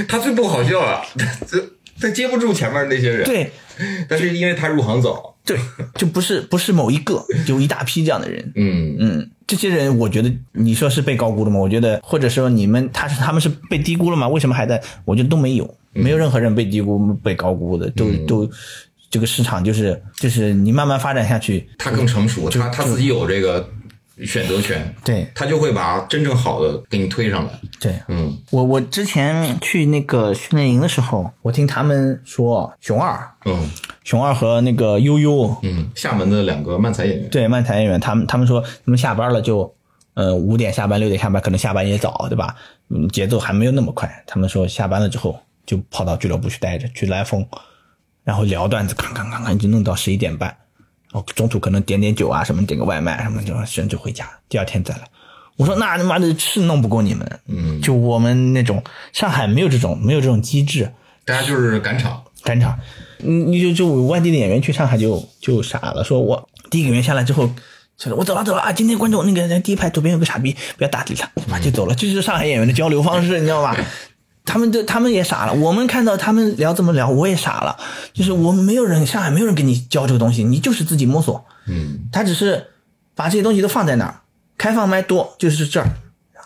他最不好笑了， 这他接不住前面那些人。，
对，
但是因为他入行早，
对，就不是不是某一个，有一大批这样的人。
嗯
嗯，这些人我觉得你说是被高估了吗？我觉得，或者说你们他是他们是被低估了吗？为什么还在？我觉得都没有，
嗯
没有任何人被低估、被高估的，都、都这个市场就是就是你慢慢发展下去，
他更成熟，他他自己有这个选择权，
嗯对
他就会把真正好的给你推上来。
对。
嗯
我我之前去那个训练营的时候，我听他们说熊二、
嗯
熊二和那个悠悠，
嗯，厦门的两个漫才演员，
对，漫才演员，他们他们说他们下班了就，呃，五点下班，六点下班，可能下班也早，对吧？嗯，节奏还没有那么快。他们说下班了之后就跑到俱乐部去待着，去来风，然后聊段子，咔咔咔咔，就弄到十一点半，然后中途可能点点酒啊，什么点个外卖什么，就甚至回家，第二天再来。我说那他妈的是弄不过你们，嗯，就我们那种上海没有这种没有这种机制，
大家就是赶场。
赶场，你你就就外地的演员去上海就就傻了，说我第一个演员下来之后，说我走了走了啊，今天观众那个第一排左边有个傻逼，不要搭理他，他妈就走了，这就是上海演员的交流方式，你知道吧？他们都他们也傻了，我们看到他们聊这么聊，我也傻了，就是我们没有人上海没有人给你教这个东西，你就是自己摸索，
嗯
他只是把这些东西都放在那儿，开放麦多就是这儿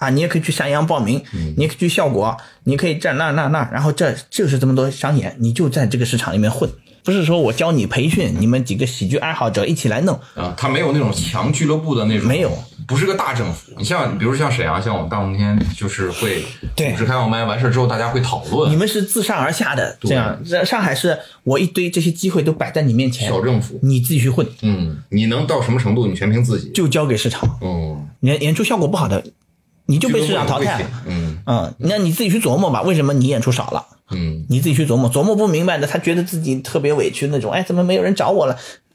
啊，你也可以去山羊报名，
嗯
你也可以去效果，你可以这儿那儿那儿那儿，然后这儿就是这么多商演，你就在这个市场里面混。不是说我教你培训，你们几个喜剧爱好者一起来弄，
啊，他没有那种强俱乐部的那种，
没有，
不是个大政府。你像，比如像沈阳，像我们大冬天就是会
对
组织开放麦，完事儿之后大家会讨
你
论
们是自上而下的这样。上上海是我一堆这些机会都摆在你面前
啊小，政府。
你自己去混，
嗯，你能到什么程度，你全凭自己。
就交给市场。
嗯，
演演出效果不好的，你就被市场淘汰
俱乐部也
了。
不会行嗯
嗯，那你自己去琢磨吧，为什么你演出少了？
嗯，
你自己去琢磨，琢磨不明白的，他觉得自己特别委屈那种，哎，怎么没有人找我了？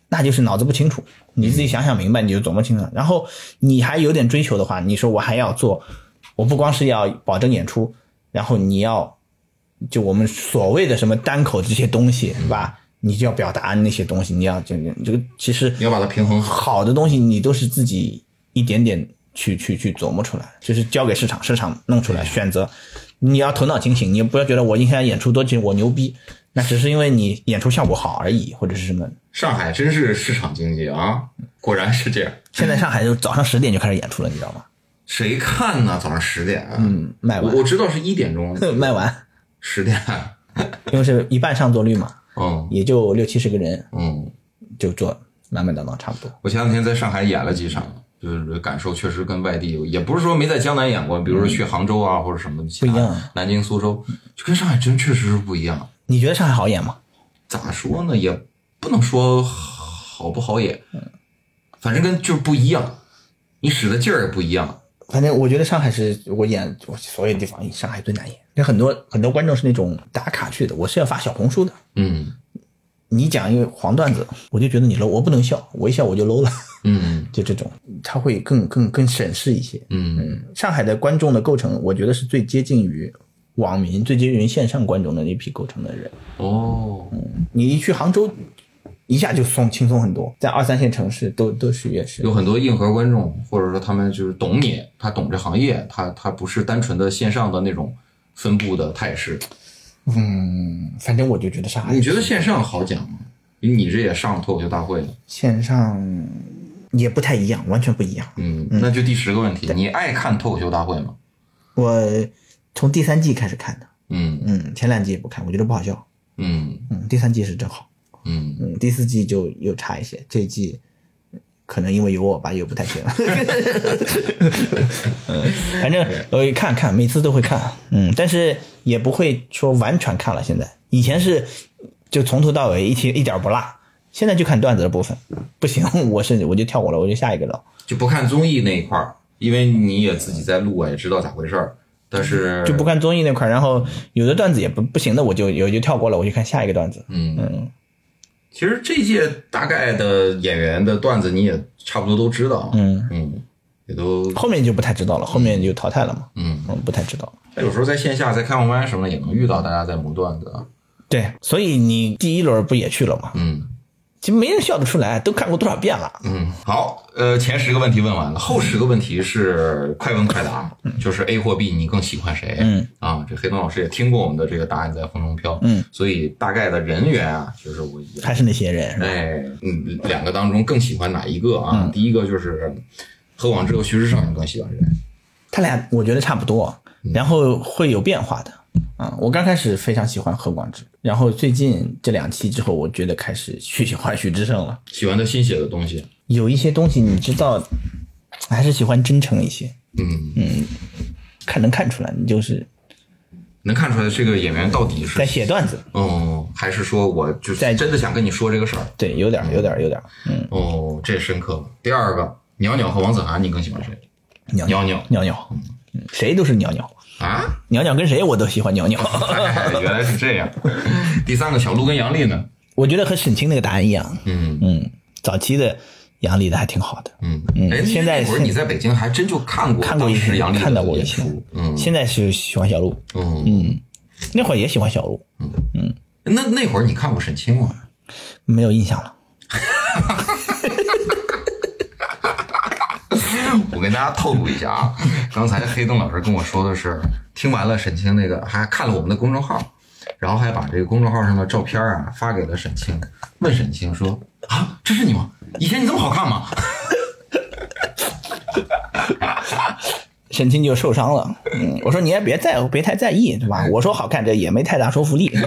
那就是脑子不清楚，你自己想想明白，你就琢磨清楚。然后你还有点追求的话，你说我还要做，我不光是要保证演出，然后你要就我们所谓的什么单口这些东西，是吧？你就要表达那些东西，你要这个这个其实
你要把它平衡好。
好的东西，你都是自己一点点去去去琢磨出来，就是交给市场，市场弄出来选择。你要头脑清醒，你不要觉得我今天演出多劲，我牛逼，那只是因为你演出效果好而已，或者是什么。
上海真是市场经济啊，果然是这样。
现在上海就早上十点就开始演出了，你知道吗？
谁看呢？早上十点，
嗯，卖
我
完
我知道是一点钟，
卖完，
十点，
因为是一半上座率嘛，
嗯
也就六七十个人
嗯。
就坐，满满当当差不多。
我前两天在上海演了几场，就是感受确实跟外地有，也不是说没在江南演过，比如说去杭州啊或者什么不
不一样，
南京、苏州，就跟上海真确实是不一样。
你觉得上海好演吗？
咋说呢？也不能说好不好演，反正跟就是不一样，你使的劲儿也不一样。
反正我觉得上海是我演我所有地方，上海最难演。那很多很多观众是那种打卡去的，我是要发小红书的。
嗯
你讲一个黄段子，我就觉得你 low，我不能笑，我一笑我就 low 了，
嗯
就这种，他会更更更审视一些。
嗯
上海的观众的构成，我觉得是最接近于网民、最接近于线上观众的那批构成的人。
哦，
你一去杭州，一下就松轻松很多，在二三线城市都都是也是
有很多硬核观众，或者说他们就是懂你，他懂这行业，他他不是单纯的线上的那种分布的态势。
嗯，反正我就觉得上海
你觉得线上好讲吗？因为你这也上脱口秀大会了，
线上也不太一样，完全不一样。
嗯，那就第十个问题，你爱看脱口秀大会吗？
我从第三季开始看的，
嗯
嗯，前两季也不看，我觉得不好笑，
嗯
嗯，第三季是真好，
嗯，
嗯，第四季就又差一些，这一季可能因为有我吧，也不太行。 嗯，反正呃看看，每次都会看，嗯，但是也不会说完全看了。现在以前是就从头到尾一题一点儿不落，现在就看段子的部分，不行，我是我就跳过了，我就下一个了，
就不看综艺那一块儿，因为你也自己在录啊，也知道咋回事儿，但是
就不看综艺那块儿。然后有的段子也不不行的，我就有就跳过了，我就看下一个段子。
嗯，其实这届大概的演员的段子你也差不多都知道，嗯嗯，也都
后面就不太知道了，后面就淘汰了嘛。
嗯，
不太知道。
有时候在线下在开放麦什么的也能遇到大家在磨段子啊，
对，所以你第一轮不也去了吗？
嗯
其实没人笑得出来，都看过多少遍了。
嗯，好，呃，前十个问题问完了，后十个问题是快问快答，就是 A 或 B 你更喜欢谁？
嗯
啊，这黑东老师也听过我们的这个答案在风中飘，
嗯，
所以大概的人员啊，就是我也
还是那些人，是吧？
哎，嗯，两个当中更喜欢哪一个啊？
嗯
第一个就是何广智和徐志胜，你更喜欢谁？
他俩我觉得差不多，
嗯
然后会有变化的。啊、我刚开始非常喜欢何广智，然后最近这两期之后，我觉得开始去喜欢徐志胜了。
喜欢他新写的东西。
有一些东西你知道，还是喜欢真诚一些，
嗯，
看能看出来，你就是
能看出来这个演员到底是
在写段子。
哦，还是说我就是
在
真的想跟你说这个事儿？
对，有点儿，有点儿，有点儿。嗯，
哦，这深刻了。第二个，鸟鸟和王子涵，你更喜欢谁？
鸟
鸟
鸟
鸟
鸟鸟，嗯，谁都是鸟鸟，
啊？
鸟鸟跟谁我都喜欢鸟鸟。
哎原来是这样。第三个，小鹿跟杨笠呢？
我觉得和沈清那个答案一样，
嗯
嗯，早期的杨笠的还挺好的，
嗯
嗯
哎，
现在
那会儿你在北京还真就看过
看过
当
一
时
些
杨笠，
看到
的
过一
演
些
出。，嗯
现在是喜欢小鹿，
嗯，
那会儿也喜欢小鹿，
那那会儿你看过沈清吗？
没有印象了。
我跟大家透露一下啊，刚才黑洞老师跟我说的是，听完了沈清那个，还看了我们的公众号，然后还把这个公众号上的照片啊发给了沈清，问沈清说啊，这是你吗？以前你这么好看吗？
沈清就受伤了，嗯，我说你也别在乎，别太在意，对吧？我说好看，这也没太大说服力。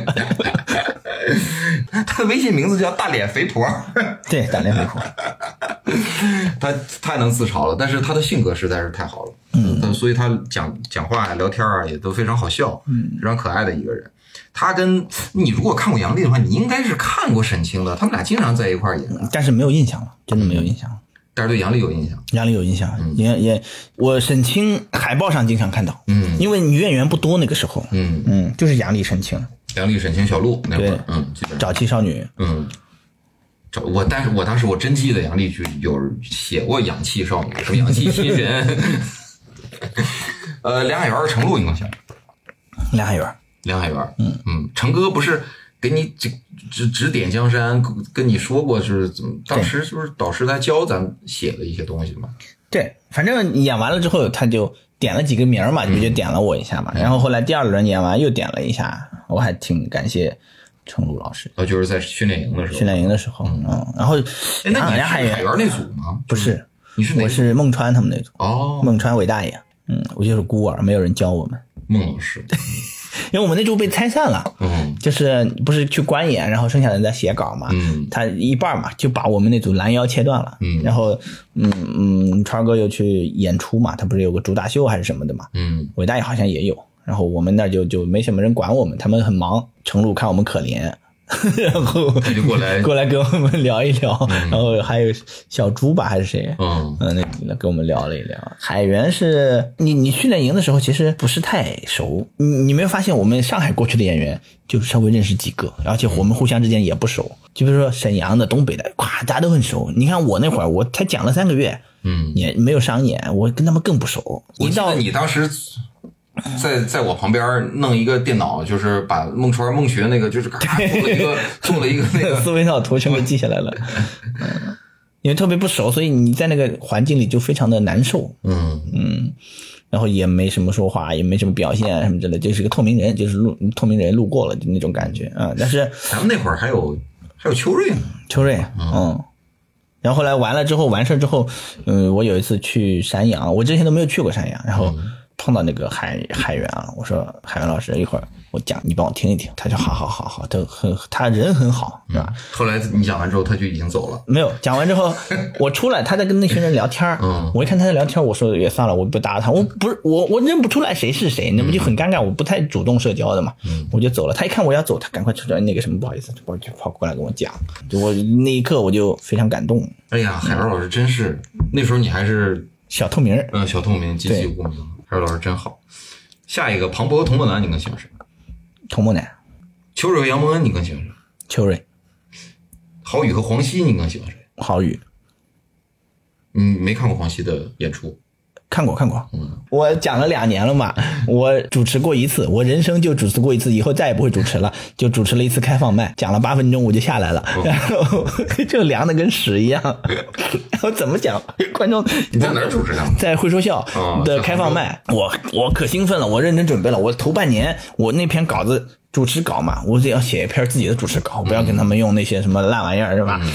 他的微信名字叫大脸肥婆，
对，打量回复，
他太能自嘲了，但是他的性格实在是太好了，嗯，他所以他讲讲话呀、聊天啊也都非常好笑，嗯，非常可爱的一个人。他跟你如果看过杨笠的话，你应该是看过沈清的，他们俩经常在一块儿演，
但是没有印象了，真的没有印象了。
但是对杨笠有印象。
杨笠有印象，也也，我沈清海报上经常看到，
嗯
因为女演员不多那个时候，
嗯
嗯，就是杨笠、沈清，
梁丽、沈清、小鹿那会
对
儿，嗯，基本上，
早期少女，
嗯，找我，但是我当时我真记得杨丽去有写过《氧气少女》什么《氧气新人》，呃，梁海源、程璐应该写，
梁海源，
梁海源，嗯嗯，程哥不是给你指指指点江山，跟你说过是怎么？当时是不是导师他教咱写的一些东西吗？
对，反正演完了之后，他就点了几个名儿嘛，就
嗯
就点了我一下嘛。然后后来第二轮演完又点了一下，我还挺感谢程璐老师。
呃，就是在训练营的时候。
训练营的时候，嗯，然后
哎，那你是
梁
海源
海源
那组吗？
不是，
你是哪
我
组？
是孟川他们那组，
哦，
孟川伟大爷，嗯，我就是孤儿，没有人教我们，
孟老师，
因为我们那组被拆散了。
嗯
就是不是去观演，然后剩下的人在写稿嘛，
嗯
他一半嘛就把我们那组拦腰切断了，
嗯
然后嗯嗯，川哥又去演出嘛，他不是有个主打秀还是什么的嘛，
嗯
伟大爷好像也有，然后我们那儿就就没什么人管我们，他们很忙，程璐看我们可怜， 然后
他就过来
过来跟我们聊一聊，然后还有小猪吧还是谁，
嗯，
嗯，那那跟我们聊了一聊。海源是你你训练营的时候其实不是太熟，你你没有发现我们上海过去的演员就稍微认识几个，而且我们互相之间也不熟。就比如说沈阳的、东北的，咵，大家都很熟。你看我那会儿我才讲了三个月，
嗯，
也没有上演，我跟他们更不熟。
我
一
记
到
得你当时在在我旁边弄一个电脑，就是把孟川孟学那个就是咔做了一 个做了一个那
思
个，
维导图全给记下来 了，嗯，因为特别不熟，所以你在那个环境里就非常的难受。
嗯
然后也没什么说话，也没什么表现啊什么之类，就是个透明人，就是路透明人路过了就那种感觉啊。但是
咱们那会儿还有还有秋瑞呢，
秋瑞，嗯，然后后来完了之后，完事之后，嗯，我有一次去山阳，我之前都没有去过山阳，然后
嗯
碰到那个海海源啊，我说海源老师，一会儿我讲，你帮我听一听。他说好好好好，他很他人很好，是吧？
后来你讲完之后他就已经走了，
没有讲完 之后，我出来，他在跟那群人聊天儿
嗯
我一看他在聊天儿，我说也算了，我不搭他，我不是我我认不出来谁是谁，那不就很尴尬？我不太主动社交的嘛，
嗯
我就走了。他一看我要走，他赶快出来那个什么，不好意思，就跑就跑过来跟我讲，就我那一刻我就非常感动，
哎呀，海源老师真是那时候你还是
小透明儿
嗯小透明极其有共鸣，海源老师真好。下一个庞博、童梦楠，你更喜欢谁？
童梦楠、
秋瑞和杨蒙恩，你更喜欢谁？
秋瑞、
郝宇和黄西，你更喜欢谁？
郝宇，
嗯，没看过黄西的演出，
看过看过，嗯我讲了两年了嘛，我主持过一次，我人生就主持过一次，以后再也不会主持了，就主持了一次开放麦，讲了八分钟我就下来了，
哦
然后 就凉的跟屎一样，然后怎么讲，观众
你在哪儿主持的？
在会说笑
哦
的开放麦，我我可兴奋了，我认真准备了，我头半年我那篇稿子主持稿嘛，我得要写一篇自己的主持稿，不要跟他们用那些什么烂玩意儿是吧？
嗯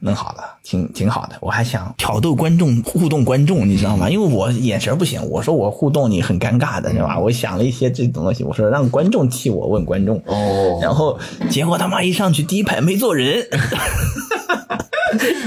弄好了，挺挺好的。我还想挑逗观众，互动观众，你知道
嗯
吗？因为我眼神不行，我说我互动你很尴尬的，
嗯
是吧？我想了一些这种东西，我说让观众替我问观众，
哦
然后结果他妈一上去第一排没坐人，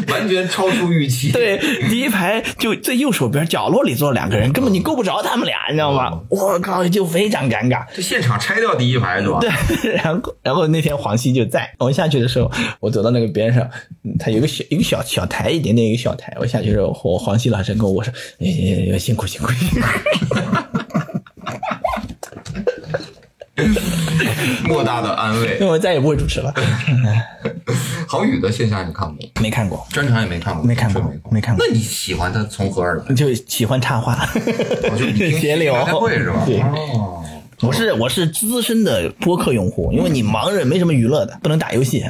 完全超出预期。，
对，第一排就最右手边角落里坐了两个人，根本你够不着他们
嗯
俩，你知道吗？我靠，就非常尴尬。
就现场拆掉第一排是吧？对，
对， 然后然后那天黄西就在，我下去的时候，我走到那个边上，嗯他有个小一个小小台，一点点一个小台，我下去的时候，我黄西老师跟我说：“哎哎哎辛苦辛苦辛苦。”
莫大的安慰。
因为我再也不会主持了，
郝宇的线下你看过吗？
没看过，
专场也没看过，
没看过
确实
没看过
那你喜欢他从何而来？
就喜欢插话，
我哦就你听
斜流
开会是吧？
对
哦，
我是我是资深的播客用户，因为你盲人没什么娱乐的，不能打游戏。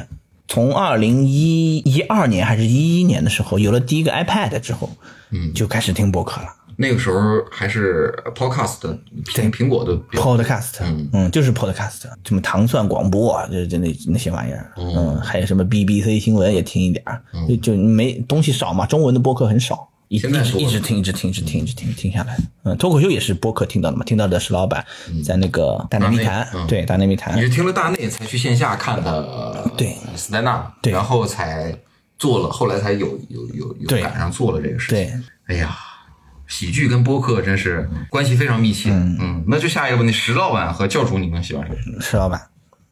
从二零一一二年还是一一年的时候，有了第一个 iPad 之后，嗯，就开始听播客了
那个时候还是 Podcast 苹苹果的比较
，Podcast，
嗯
就是 Podcast，什么糖蒜广播啊，这这那那些玩意儿，
哦
嗯，还有什么 BBC 新闻也听一点儿，就就没东西少嘛，中文的播客很少。一一
现在
直
多了
一直听，一直听，一直听，一直听，听下来。嗯，脱口秀也是播客听到的嘛，听到的是老板在那个大内密谈
嗯大内嗯，
对大内密谈
你，是听了大内才去线下看的，
对
斯丹纳，
对
然后才做了，后来才有有有有
对
赶上做了这个事情。
对，
哎呀，喜剧跟播客真是关系非常密切。嗯那就下一个问题，石老板和教主你更喜欢谁？
石老板。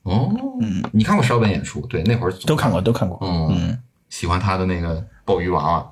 哦，
嗯
你看过石老板演出？对，那会儿
都看过，都看过。
嗯，喜欢他的那个鲍鱼娃娃。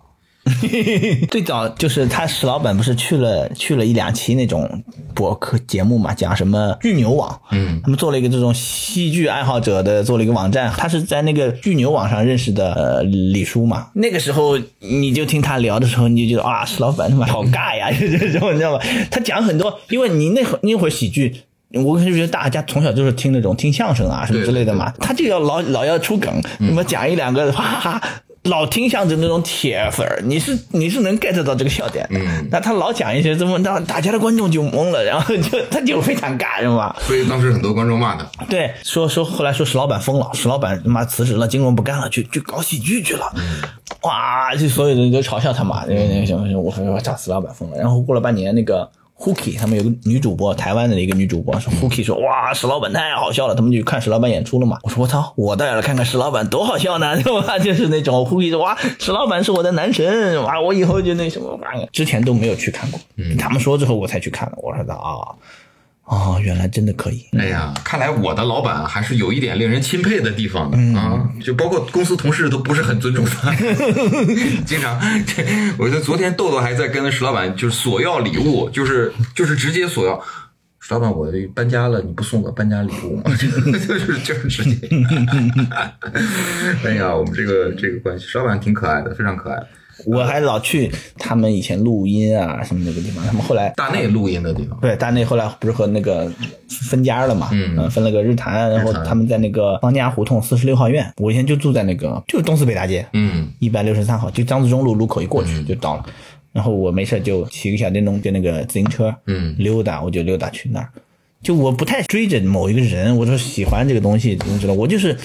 最早就是他史老板不是去了去了一两期那种博客节目嘛，讲什么巨牛网，嗯，他们做了一个这种戏剧爱好者的做了一个网站，他是在那个巨牛网上认识的呃李叔嘛，那个时候你就听他聊的时候，你就觉得啊，史老板他妈好尬呀， 就这种你知道吧？他讲很多，因为你那会那会儿喜剧。我是觉得大家从小就是听那种听相声啊什么之类的嘛，他就要老老要出梗，那么讲一两个， 哈哈哈，老听相声那种铁粉儿，你是你是能 get 到这个笑点的。那他老讲一些这么，那大家的观众就懵了，然后就 他就非常尬，是吧？
所以当时很多观众骂他，
对，说说后来说史老板疯了，史老板他妈辞职了，金融不干了，去去搞喜剧去了，哇，就所有人都嘲笑他嘛，因为那个什么，我说我操，史老板疯了。然后过了半年，那个 Hooky 他们有个女主播，台湾的一个女主播说 Hooky 说哇，史老板太好笑了，他们就去看史老板演出了嘛。我说我操，我倒要来看看史老板多好笑呢， 对吧？就是那种 Hooky 说哇，史老板是我的男神，哇，我以后就那什么，哇之前都没有去看过，他们说之后我才去看的。我说的啊。哦，原来真的可以。
哎呀，看来我的老板还是有一点令人钦佩的地方的、啊，就包括公司同事都不是很尊重他，经常， 这我就昨天豆豆还在跟石老板就是索要礼物，就是就是直接索要。石老板，我搬家了，你不送我搬家礼物吗？ 就是就是直接。 哎呀，我们这个这个关系，石老板挺可爱的，非常可爱。
我还老去他们以前录音啊什么那个地方，他们后来
大内录音的地方，
对大内后来不是和那个分家了嘛，
嗯
呃分了个日坛，然后他们在那个方家胡同四十六号院，我以前就住在那个就是东四北大街
嗯，
一百六十三号，就张自忠路路口一过去就到了。然后我没事就骑个小电动，就那个自行车，
嗯
溜达，我就溜达去那儿。就我不太追着某一个人，我说喜欢这个东西，你知道，我就是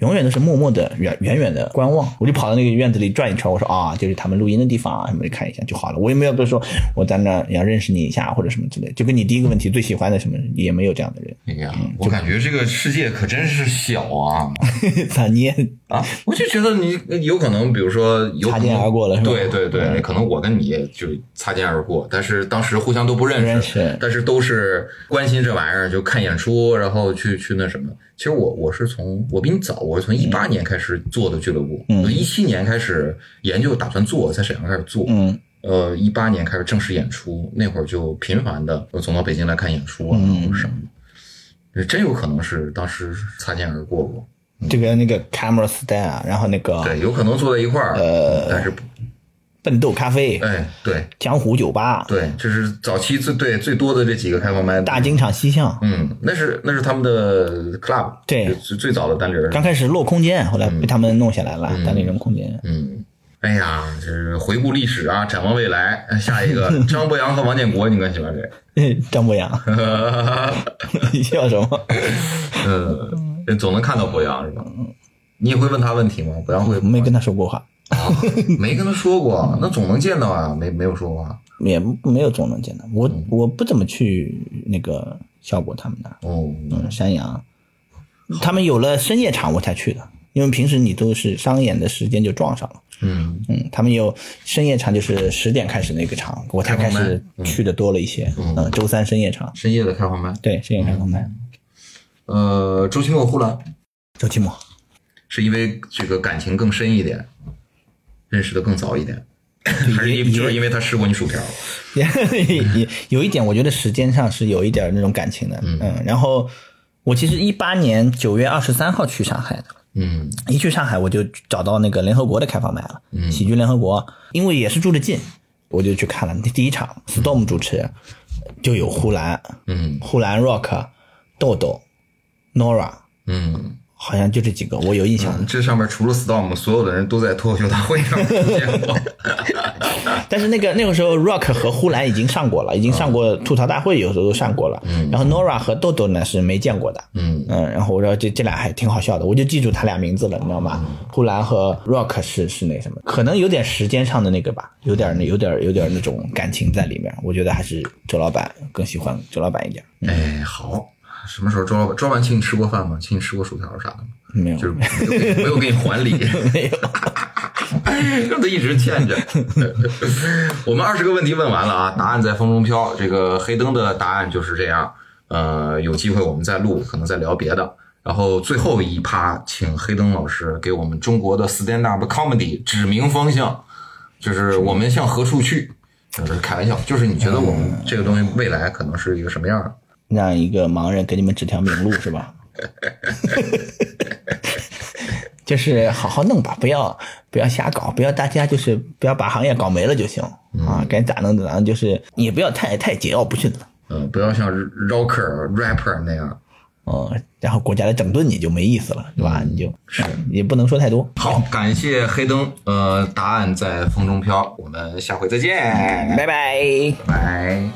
永远都是默默的远远远的观望，我就跑到那个院子里转一圈，我说啊，就是他们录音的地方啊，什么的看一下就好了。我也没有说我在那儿要认识你一下或者什么之类的，就跟你第一个问题最喜欢的什么也没有这样的人。
哎呀，我感觉这个世界可真是小啊。
操你也
啊，我就觉得你呃有可能，比如说有
擦肩而过了是吧嗯
对对对，可能我跟你就擦肩而过，但是当时互相都不认识，
不认识
但是都是关心这玩意儿，就看演出，然后去去那什么。其实我我是从我比你早，我是从一八年开始做的俱乐部，
嗯
我一七年开始研究打算做，在沈阳开始做，
嗯
呃，一八年开始正式演出，那会儿就频繁的我总到北京来看演出啊，
嗯
或者什么的，真有可能是当时擦肩而过过。
这个那个 camera style，啊然后那个
对，有可能坐在一块儿，呃，但是不
笨豆咖啡、
哎，对
江湖酒吧、
对，这是早期最对最多的这几个开放麦。
大金厂西巷，
嗯，那是那是他们的 club，
对
就最最早的单立人。
刚开始落空间，后来被他们弄下来了，单立人空间。
嗯，哎呀，这是回顾历史啊，展望未来。下一 个张博洋和王建国，你更喜欢谁？
张博洋， 你笑什么？
嗯，总能看到博洋是吧？你也会问他问题吗？博洋会
没跟他说过话，
没跟他说过，那总能见到啊，没没有说话。
也没有总能见到我。我不怎么去那个效果他们那儿，
哦，
嗯，山羊，他们有了深夜场我才去的，因为平时你都是商演的时间就撞上了。
嗯
嗯，他们有深夜场，就是十点开始那个场，我才开始去的多了一些。嗯，周三深夜场，
深夜的开放麦。
对，深夜开放麦，
呃，周奇墨呼兰。
周奇墨。
是因为这个感情更深一点，认识的更早一点，
也
还是因就是因为他吃过你薯条？
也也 有一点，我觉得时间上是有一点那种感情的，嗯然后我其实一八年九月二十三号去上海的，
嗯
一去上海我就找到那个联合国的开放麦了，喜剧联合国，因为也是住得近，我就去看了第一场，Storm 主持，就有呼兰、
嗯
呼兰 Rock、豆豆、Nora，
嗯，
好像就这几个我有印象的，
这上面除了 Storm，所有的人都在脱口秀大会上出现过。
但是那个那个时候，Rock 和呼兰已经上过了，已经上过吐槽大会，有时候都上过了。然后 Nora 和豆豆呢是没见过的。
嗯
然后我说这这俩还挺好笑的，我就记住他俩名字了，你知道吗？呼兰和 Rock 是是那什么，可能有点时间上的那个吧，有点有点有点那种感情在里面。我觉得还是周老板更喜欢周老板一点。
哎，好，什么时候周老板？周老板请你吃过饭吗？请你吃过薯条啥的吗？
没有，
就是没有给没有给你还礼，
没有。
让他一直欠着。我们二十个问题问完了啊，答案在风中飘。这个黑灯的答案就是这样。呃，有机会我们再录，可能再聊别的。然后最后一趴，请黑灯老师给我们中国的 stand up comedy 指明方向。就是我们向何处去？就是开玩笑，就是你觉得我
嗯
们这个东西未来可能是一个什么样的？
让一个盲人给你们指条明 路是吧？就是好好弄吧，不要不要瞎搞，不要大家就是不要把行业搞没了就行啊，该咋弄咋弄，就是也不要太太桀骜不驯了，
嗯，不要像 rocker rapper 那样。
嗯，然后国家来整顿你就没意思了，是吧？你就也不能说太多。
好，感谢黑灯，呃，答案在风中飘，我们下回再见，
拜拜。
拜拜。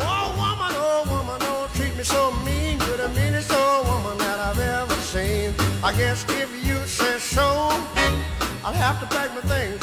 Oh, woman, oh, woman, don't treat me so mean. You're the meanest old woman that I've ever seen. I guess if you say so, I'll have to pack my things